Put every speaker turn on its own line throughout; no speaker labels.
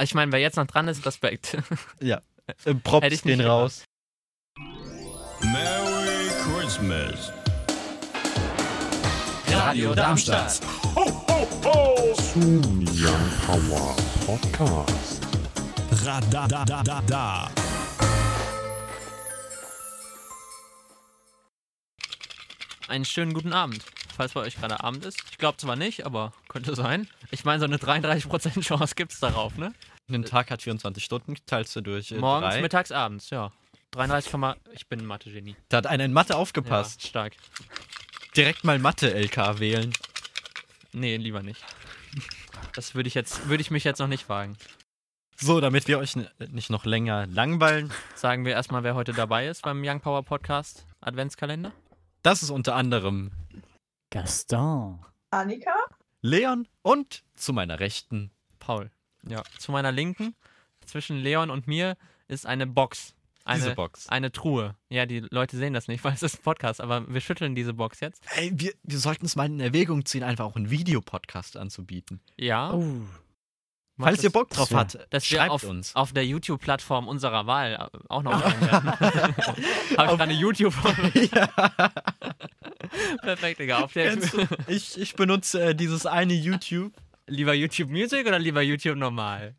Ich meine, wer jetzt noch dran ist, Respekt.
Ja. Äh, Props
Hätte ich nicht
den raus.
Merry Christmas.
Radio Darmstadt.
Radadadada.
Einen schönen guten Abend. Falls bei euch gerade Abend ist. Ich glaube zwar nicht, aber könnte sein. Ich meine, so eine 33% Chance gibt es darauf, ne?
Ein Tag hat 24 Stunden, teilst du durch äh,
Morgens,
drei.
mittags, abends, ja. 33, Komma- ich bin ein Mathe-Genie.
Da hat einer in Mathe
Ja,
aufgepasst.
stark.
Direkt mal Mathe-LK wählen.
Nee, lieber nicht. Das würde ich jetzt, würde ich mich jetzt noch nicht wagen.
So, damit wir euch n- nicht noch länger langweilen.
Sagen wir erstmal, wer heute dabei ist beim Young Power Podcast Adventskalender.
Das ist unter anderem
Gaston.
Annika?
Leon und zu meiner Rechten.
Paul. Ja. Zu meiner Linken, zwischen Leon und mir, ist eine Box. Eine,
Diese Box.
Eine Truhe. Ja, die Leute sehen das nicht, weil es ist ein Podcast, aber wir schütteln diese Box jetzt.
Ey, wir, wir sollten es mal in Erwägung ziehen, einfach auch einen Videopodcast anzubieten.
Ja.
Oh.
macht
Falls ihr
es-
Bock drauf
dass wir-
habt,
dass wir
schreibt
auf,
uns.
auf der YouTube-Plattform unserer Wahl äh, auch noch sein werden. Habe ich gerade eine YouTube.
ja,
Perfekt, Digga. Auf der,
Kennst du- ich, ich benutze äh, dieses eine YouTube.
lieber YouTube Music oder lieber YouTube normal?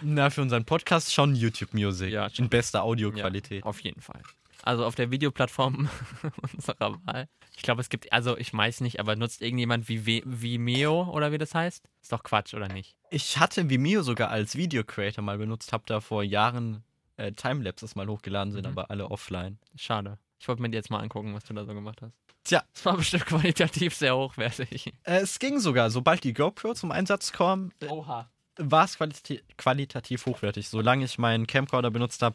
Na, für unseren Podcast schon YouTube Music.
Ja,
in bester
Ja,
Audioqualität.
auf jeden Fall. Also auf der Videoplattform unserer Wahl. Ich glaube, es gibt, also ich weiß nicht, aber nutzt irgendjemand wie We- Vimeo oder wie das heißt? Ist doch Quatsch, oder nicht?
Ich hatte Vimeo sogar als Video Creator mal benutzt, habe da vor Jahren äh, Timelapses mal hochgeladen, sind
Mhm.
aber alle offline.
Schade. Ich wollte mir die jetzt mal angucken, was du da so gemacht hast.
Tja.
Das war bestimmt qualitativ sehr hochwertig.
Äh, es ging sogar, sobald die GoPro zum Einsatz kam, äh,
Oha.
war es qualita qualitativ hochwertig, solange ich meinen Camcorder benutzt habe.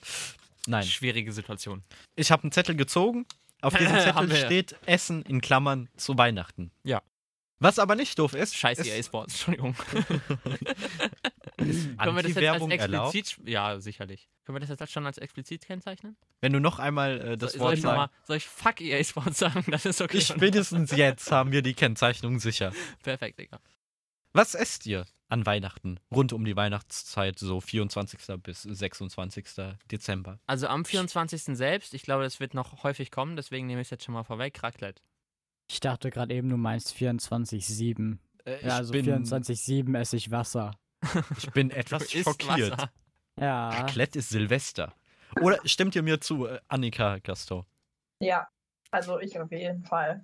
Nein,
Schwierige Situation.
ich habe einen Zettel gezogen. Auf diesem
Haben
Zettel
wir.
steht Essen in Klammern zu Weihnachten.
Ja.
Was aber nicht doof ist,
Scheiß EA
ist
E Sports, Entschuldigung. Können wir das jetzt als
Anti-Werbung
explizit?
erlaubt.
Ja, sicherlich. Können wir das jetzt als- schon als explizit kennzeichnen?
Wenn du noch einmal äh, das
soll, soll
Wort
ich noch mal,
sagst.
soll ich fuck EA Sports sagen? Das ist okay.
Spätestens jetzt haben wir die Kennzeichnung sicher.
Perfekt, Digga.
Was esst ihr an Weihnachten? Rund um die Weihnachtszeit, so 24. bis 26. Dezember.
Also am 24. selbst, ich glaube, das wird noch häufig kommen, deswegen nehme ich es jetzt schon mal vorweg. Raclette.
Ich dachte gerade eben, du meinst 24-7.
Äh,
Ja, also
ich, bin,
24-7 esse ich Wasser.
ich bin etwas
Ist
schockiert.
Wasser.
Ja.
Klett ist Silvester. Oder stimmt ihr mir zu, äh, Annika Gaston?
Ja, also ich auf jeden Fall.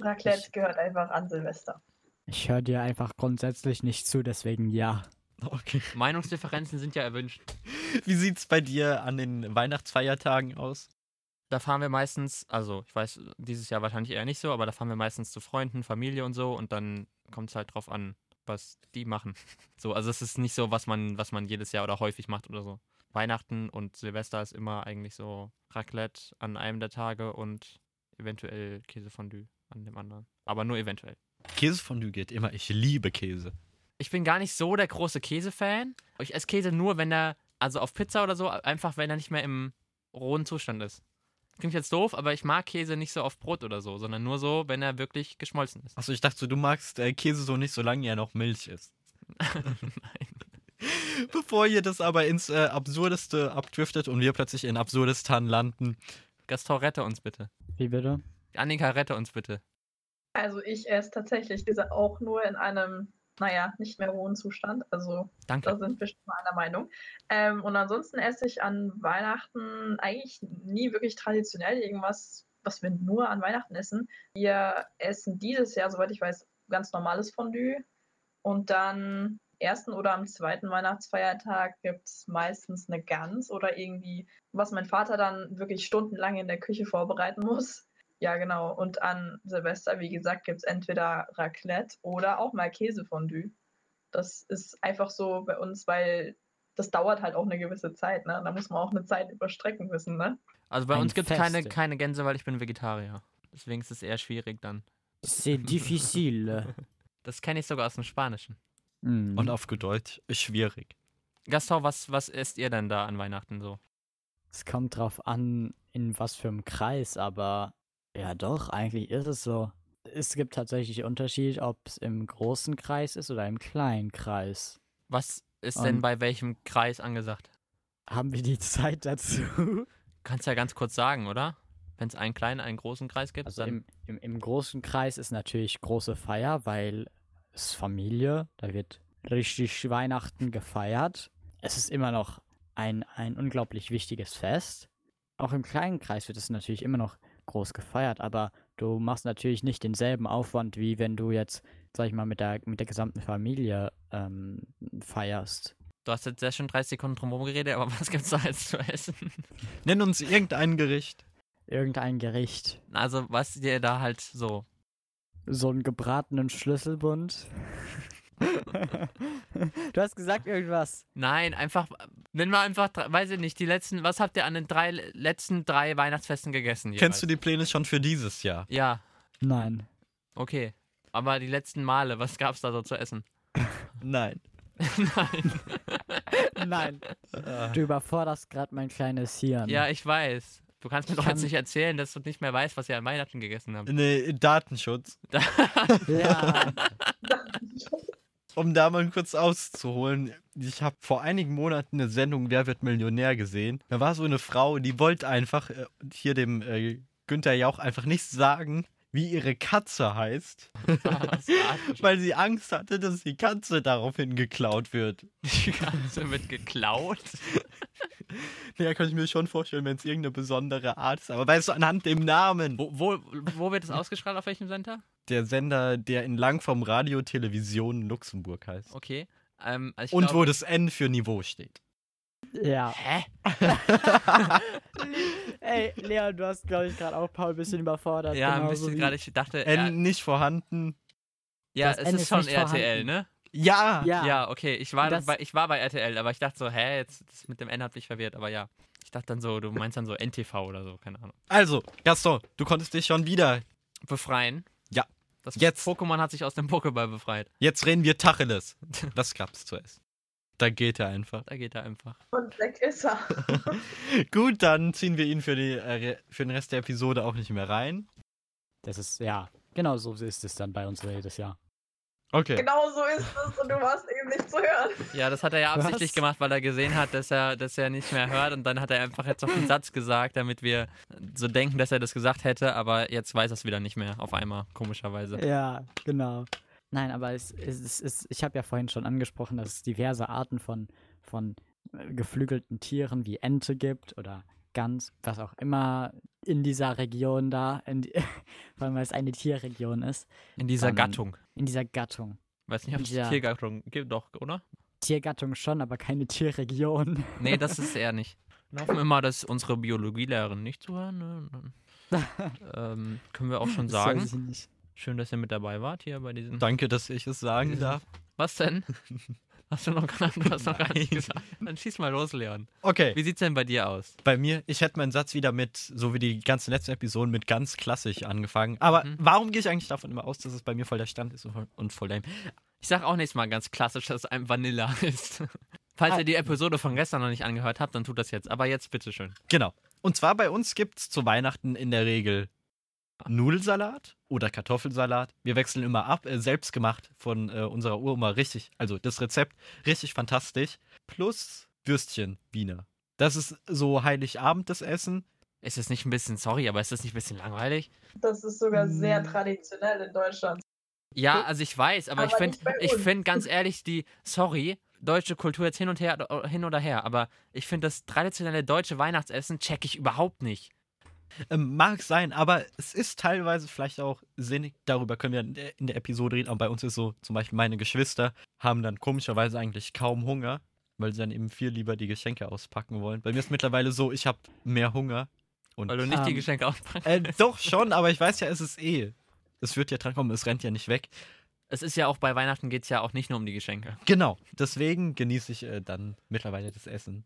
Raclette gehört einfach an Silvester.
Ich höre dir einfach grundsätzlich nicht zu, deswegen ja.
Okay.
Meinungsdifferenzen sind ja erwünscht.
Wie sieht's bei dir an den Weihnachtsfeiertagen aus?
Da fahren wir meistens, also ich weiß, dieses Jahr wahrscheinlich eher nicht so, aber da fahren wir meistens zu Freunden, Familie und so und dann kommt es halt drauf an, was die machen. So, also es ist nicht so, was man, was man jedes Jahr oder häufig macht oder so. Weihnachten und Silvester ist immer eigentlich so Raclette an einem der Tage und eventuell Käsefondue an dem anderen. Aber nur eventuell.
Käsefondue geht immer. Ich liebe Käse.
ich bin gar nicht so der große Käsefan. Ich esse Käse nur, wenn er, also auf Pizza oder so, einfach wenn er nicht mehr im rohen Zustand ist. Klingt jetzt doof, aber ich mag Käse nicht so auf Brot oder so, sondern nur so, wenn er wirklich geschmolzen ist.
Achso, ich dachte, du magst äh, Käse so nicht, solange er noch Milch ist. Bevor ihr das aber ins äh, Absurdeste abdriftet und wir plötzlich in Absurdistan landen.
Gaston, rette uns bitte.
Wie bitte?
Annika, rette uns bitte.
Also ich esse tatsächlich diese auch nur in einem, naja, nicht mehr hohen Zustand. Also da
Danke.
sind wir schon mal einer Meinung. Ähm, und ansonsten esse ich an Weihnachten eigentlich nie wirklich traditionell irgendwas, was wir nur an Weihnachten essen. Wir essen dieses Jahr, soweit ich weiß, ganz normales Fondue. Und dann ersten oder am zweiten Weihnachtsfeiertag gibt es meistens eine Gans oder irgendwie, was mein Vater dann wirklich stundenlang in der Küche vorbereiten muss. Ja, genau. Und an Silvester, wie gesagt, gibt es entweder Raclette oder auch mal Käsefondue. Das ist einfach so bei uns, weil das dauert halt auch eine gewisse Zeit, ne? Da muss man auch eine Zeit überstrecken wissen, ne?
Also bei
Ein
uns gibt es keine,
Feste.
keine Gänse, weil ich bin Vegetarier. Deswegen ist es eher schwierig dann.
C'est difficile.
Das kenne ich sogar aus dem Spanischen.
Mhm.
Und auf Geduld ist schwierig.
Gaston, was, was esst ihr denn da an Weihnachten so?
Es kommt drauf an, in was für einem Kreis, aber ja doch, eigentlich ist es so. Es gibt tatsächlich Unterschied, ob es im großen Kreis ist oder im kleinen Kreis.
Was ist denn
Ähm.
bei welchem Kreis angesagt?
Haben wir die Zeit dazu?
Kannst ja ganz kurz sagen, oder? Wenn es einen kleinen, einen großen Kreis gibt,
Also
dann
im, im, im großen Kreis ist natürlich große Feier, weil es Familie, da wird richtig Weihnachten gefeiert. Es ist immer noch ein, ein unglaublich wichtiges Fest. Auch im kleinen Kreis wird es natürlich immer noch groß gefeiert, aber du machst natürlich nicht denselben Aufwand, wie wenn du jetzt, sag ich mal, mit der, mit der gesamten Familie ähm, feierst.
du hast jetzt sehr schön 30 Sekunden drumherum geredet, aber was gibt's da jetzt zu essen?
Nenn uns irgendein Gericht.
Irgendein Gericht.
Also, was dir da halt so.
So einen gebratenen Schlüsselbund. du hast gesagt irgendwas.
Nein, einfach, nenn mal einfach, drei- weiß ich nicht, die letzten, was habt ihr an den drei letzten drei Weihnachtsfesten gegessen?
Kennst du die Pläne schon für dieses Jahr?
die? Ja,
Nein.
okay. Aber die letzten Male, was gab's da so zu essen?
Nein.
Nein.
Nein. Du überforderst gerade mein kleines Hirn.
Ah. Ja, ich weiß. Du kannst mir
Ich
doch jetzt
kann-
nicht erzählen, dass du nicht mehr weißt, was ihr an Weihnachten gegessen habt.
Nee, Datenschutz.
ja.
Um da mal kurz auszuholen, ich habe vor einigen Monaten eine Sendung Wer wird Millionär gesehen. Da war so eine Frau, die wollte einfach äh, hier dem äh, Günther Jauch einfach nicht sagen, wie ihre Katze heißt,
Was war
weil sie Angst hatte, dass die Katze daraufhin geklaut wird.
die Katze mit geklaut?
Ja, kann ich mir schon vorstellen, wenn es irgendeine besondere Art ist, aber weißt du, anhand dem Namen.
Wo, wo, wo wird das ausgestrahlt? Auf welchem Sender?
Der Sender, der in Lang vom Radio Television Luxemburg heißt.
Okay. Ähm, also ich
Und
glaub-
wo das N für Niveau steht.
ja.
Hä?
Ey, Leon, du hast, glaube ich, gerade auch Paul ein bisschen überfordert.
Ja, ein
genauso
bisschen
wie-
gerade. Ich dachte,
N nicht vorhanden.
ja,
das
es
N
ist
ist
schon
nicht
RTL,
vorhanden.
ne?
Ja!
Ja.
Ja, okay. Ich war,
Das-
bei, ich war bei RTL, aber ich dachte so, hä, jetzt das mit dem N hat mich verwirrt, aber ja. Ich dachte dann so, du meinst dann so NTV oder so, keine Ahnung.
Also, Gaston, du konntest dich schon wieder.
Befreien.
Ja.
Das
Jetzt.
Pokémon hat sich aus dem Pokéball befreit.
Jetzt reden wir Tacheles. Das gab's zu essen. Da geht er einfach.
Da geht er einfach.
Und weg ist er.
Gut, dann ziehen wir ihn für, die, äh, für den Rest der Episode auch nicht mehr rein.
Das ist, ja. Genau so ist es dann bei uns jedes Jahr.
Okay.
Genau so ist es und du warst eben nicht zu hören.
Ja, das hat er ja
Was?
absichtlich gemacht, weil er gesehen hat, dass er, dass er nicht mehr hört und dann hat er einfach jetzt noch einen Satz gesagt, damit wir so denken, dass er das gesagt hätte, aber jetzt weiß er es wieder nicht mehr auf einmal, komischerweise.
Ja, genau. Nein, aber es, es, es, es ich habe ja vorhin schon angesprochen, dass es diverse Arten von, von äh, geflügelten Tieren wie Ente gibt oder Gans, was auch immer in dieser Region da, in die, vor allem weil es eine Tierregion ist,
In dieser
Dann-
Gattung.
in dieser Gattung.
Weiß nicht, ob es
Ja.
Tiergattung gibt, doch, oder?
Tiergattung schon, aber keine Tierregion.
Nee, das ist er nicht. Wir hoffen immer, dass unsere Biologielehrerin nicht zuhören. ne? Dann, ähm, können wir auch schon
Das weiß
sagen.
ich nicht.
Schön, dass ihr mit dabei wart hier bei diesem.
Danke, dass ich es sagen darf.
Was denn? Hast du noch, gar- du hast noch gar nicht gesagt? Dann schieß mal los, Leon.
Okay,
Wie sieht's denn bei dir aus?
bei mir, ich hätte meinen Satz wieder mit, so wie die ganzen letzten Episoden, mit ganz klassisch angefangen. Aber
Mhm.
warum gehe ich eigentlich davon immer aus, dass es bei mir voll der Stand ist und voll- und voll lame?
Ich sag auch nächstes Mal ganz klassisch, dass es ein Vanilla ist. Falls
Ah.
ihr die Episode von gestern noch nicht angehört habt, dann tut das jetzt. Aber jetzt bitteschön.
Genau. Und zwar bei uns gibt es zu Weihnachten in der Regel Nudelsalat oder Kartoffelsalat. Wir wechseln immer ab, äh, selbstgemacht von äh, unserer Uroma. Richtig, also das Rezept, richtig fantastisch. Plus Würstchen, Wiener. Das ist so Heiligabend das Essen.
Ist es nicht ein bisschen, sorry, aber ist es nicht ein bisschen langweilig?
Das ist sogar sehr traditionell in Deutschland.
Ja, also ich weiß, aber, ich
Aber
finde,
nicht bei
ich
uns.
finde ganz ehrlich, die, sorry, deutsche Kultur jetzt hin und her, äh, hin oder her, aber ich finde das traditionelle deutsche Weihnachtsessen check ich überhaupt nicht.
Ähm, mag sein, aber es ist teilweise vielleicht auch sinnig. Darüber können wir in der, in der Episode reden. Aber bei uns ist so, zum Beispiel meine Geschwister haben dann komischerweise eigentlich kaum Hunger, weil sie dann eben viel lieber die Geschenke auspacken wollen. Bei mir ist mittlerweile so, ich habe mehr Hunger. Und
Weil du nicht die
Ähm,
Geschenke auspackst.
Äh, doch schon, aber ich weiß ja, es ist eh. Es wird ja drankommen, es rennt ja nicht weg.
Es ist ja auch bei Weihnachten geht es ja auch nicht nur um die Geschenke.
Genau, deswegen genieße ich äh, dann mittlerweile das Essen.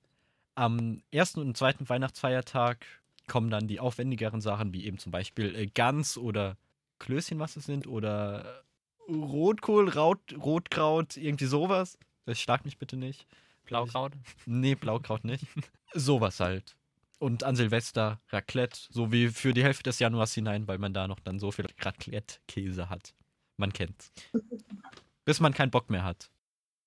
Am ersten und zweiten Weihnachtsfeiertag kommen dann die aufwendigeren Sachen, wie eben zum Beispiel äh, Gans oder Klößchen, was es sind, oder äh, Rotkohl, Raut, Rotkraut, irgendwie sowas. Ich schlag mich bitte nicht.
Blaukraut.
Nee, Blaukraut nicht. Sowas halt. Und an Silvester Raclette, so wie für die Hälfte des Januars hinein, weil man da noch dann so viel Raclette-Käse hat. Man kennt's. Bis man keinen Bock mehr hat.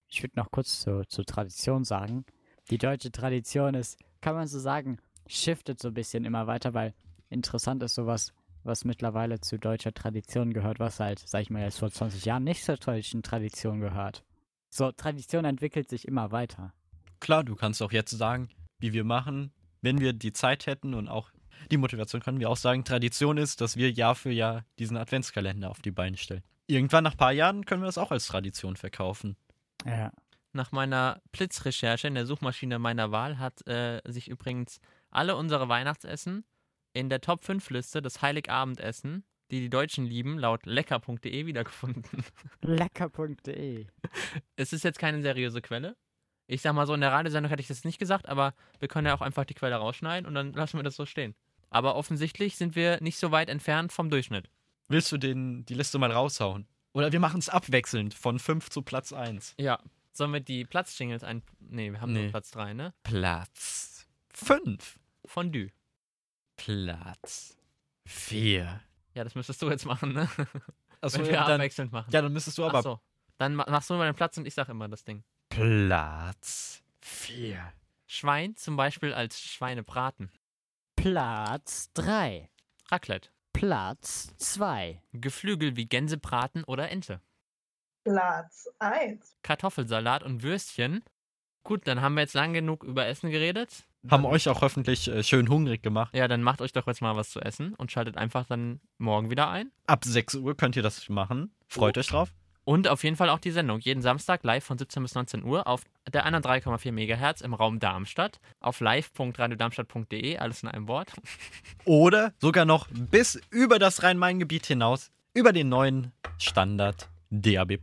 ich würde noch kurz zu, zur Tradition sagen. Die deutsche Tradition ist, kann man so sagen, shiftet so ein bisschen immer weiter, weil interessant ist sowas, was mittlerweile zu deutscher Tradition gehört, was halt, sag ich mal, jetzt vor 20 Jahren nicht zur deutschen Tradition gehört. So, Tradition entwickelt sich immer weiter.
Klar, du kannst auch jetzt sagen, wie wir machen, wenn wir die Zeit hätten und auch die Motivation können wir auch sagen, Tradition ist, dass wir Jahr für Jahr diesen Adventskalender auf die Beine stellen. Irgendwann nach ein paar Jahren können wir das auch als Tradition verkaufen.
Ja.
Nach meiner Blitzrecherche in der Suchmaschine meiner Wahl hat äh, sich übrigens alle unsere Weihnachtsessen in der Top 5 Liste des Heiligabendessen, die die Deutschen lieben, laut lecker.de wiedergefunden.
Lecker.de.
Es ist jetzt keine seriöse Quelle. Ich sag mal so, in der Radiosendung hätte ich das nicht gesagt, aber wir können ja auch einfach die Quelle rausschneiden und dann lassen wir das so stehen. Aber offensichtlich sind wir nicht so weit entfernt vom Durchschnitt.
Willst du den, die Liste mal raushauen? Oder wir machen es abwechselnd von 5 zu Platz 1.
Ja. Sollen wir die Platz-Jingles ein. Nee, wir haben
Nee.
nur Platz 3, ne?
Platz 5.
Fondue.
Platz 4.
Ja, das müsstest du jetzt machen, ne?
Achso,
Wenn wir
ja, dann,
abwechselnd machen.
ja, dann müsstest du aber
Ach so. Dann ma- machst du mal den Platz und ich sag immer das Ding.
Platz 4.
Schwein zum Beispiel als Schweinebraten.
Platz 3.
Raclette.
Platz 2.
Geflügel wie Gänsebraten oder Ente.
Platz 1.
Kartoffelsalat und Würstchen. Gut, dann haben wir jetzt lang genug über Essen geredet.
Haben euch auch hoffentlich äh, schön hungrig gemacht.
Ja, dann macht euch doch jetzt mal was zu essen und schaltet einfach dann morgen wieder ein.
Ab 6 Uhr könnt ihr das machen. Freut
Oh.
euch drauf.
Und auf jeden Fall auch die Sendung. Jeden Samstag live von 17 bis 19 Uhr auf der 103,4 MHz im Raum Darmstadt. Auf live.radiodarmstadt.de, alles in einem Wort.
Oder sogar noch bis über das Rhein-Main-Gebiet hinaus, über den neuen Standard DAB+.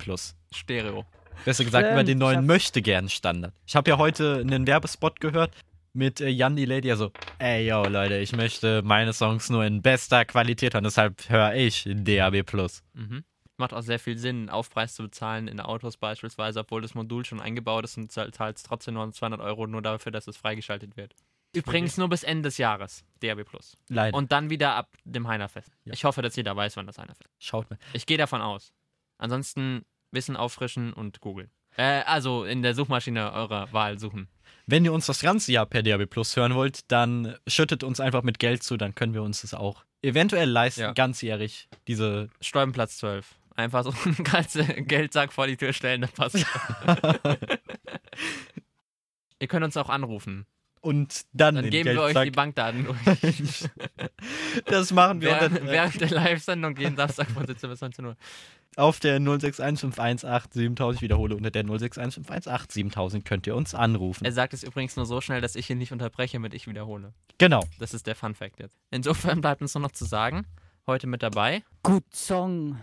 Stereo.
Besser gesagt, über
Stimmt,
den
ich
neuen
hab-
Möchtegern-Standard. Ich habe ja heute einen Werbespot gehört mit äh, Jan die Lady, also, ey, yo, Leute, ich möchte meine Songs nur in bester Qualität hören, deshalb höre ich DAB+.
Mhm. Macht auch sehr viel Sinn, einen Aufpreis zu bezahlen in Autos beispielsweise, obwohl das Modul schon eingebaut ist und zahl- zahlst trotzdem nur 200 Euro nur dafür, dass es freigeschaltet wird. Übrigens nur bis Ende des Jahres, DRB Plus.
Leider.
Und dann wieder ab dem Heinerfest.
Ja.
Ich hoffe, dass jeder weiß, wann das Heinerfest ist.
schaut mal.
Ich gehe davon aus. Ansonsten Wissen auffrischen und googeln. Äh, also in der Suchmaschine eurer Wahl suchen.
Wenn ihr uns das ganze Jahr per DAB Plus hören wollt, dann schüttet uns einfach mit Geld zu, dann können wir uns das auch eventuell leisten,
Ja.
ganzjährig, diese
Stolpenplatz 12. Einfach so einen ganzen Geldsack vor die Tür stellen, dann passt. Ihr könnt uns auch anrufen.
und dann,
Dann
den
geben wir euch
Geldsack-
die Bankdaten durch.
Das machen wir
während,
dann, äh,
während der Live-Sendung jeden Samstag von 17 bis 19 Uhr.
auf der 06151187000. Ich wiederhole, unter der 06151187000 könnt ihr uns anrufen.
Er sagt es übrigens nur so schnell, dass ich ihn nicht unterbreche, mit ich wiederhole.
genau.
Das ist der Fun Fact jetzt. Insofern bleibt uns nur noch zu sagen, heute mit dabei.
Gut Song.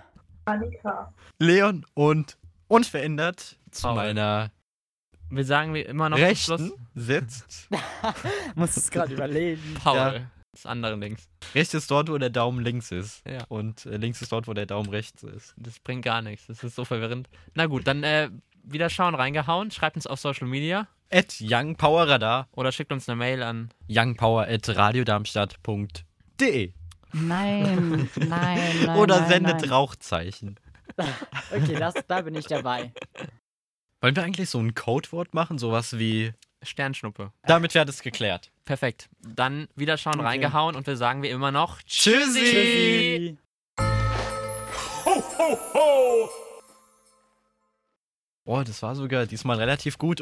Annika.
Leon und unverändert zu
Paul.
meiner
Wir sagen wie immer noch zum
Rechten
Schluss
sitzt.
Muss es gerade überlegen.
Paul.
Ja.
Das andere links.
Rechts ist dort, wo der Daumen links ist.
Ja.
Und äh, links ist dort, wo der Daumen rechts ist.
Das bringt gar nichts. Das ist so verwirrend. Na gut, dann äh, wieder schauen, reingehauen. Schreibt uns auf Social Media
At Young Power Radar.
oder schickt uns eine Mail an.
Youngpower at radiodarmstadt.de.
Nein, nein, nein.
Oder
nein,
sendet
nein.
Rauchzeichen.
Okay, das, da bin ich dabei.
Wollen wir eigentlich so ein Codewort machen? Sowas wie.
Sternschnuppe.
Damit wäre das geklärt.
Perfekt. Dann wieder schauen,
Okay.
reingehauen und wir sagen wie immer noch
Tschüssi!
Tschüssi.
Oh, das war sogar diesmal relativ gut.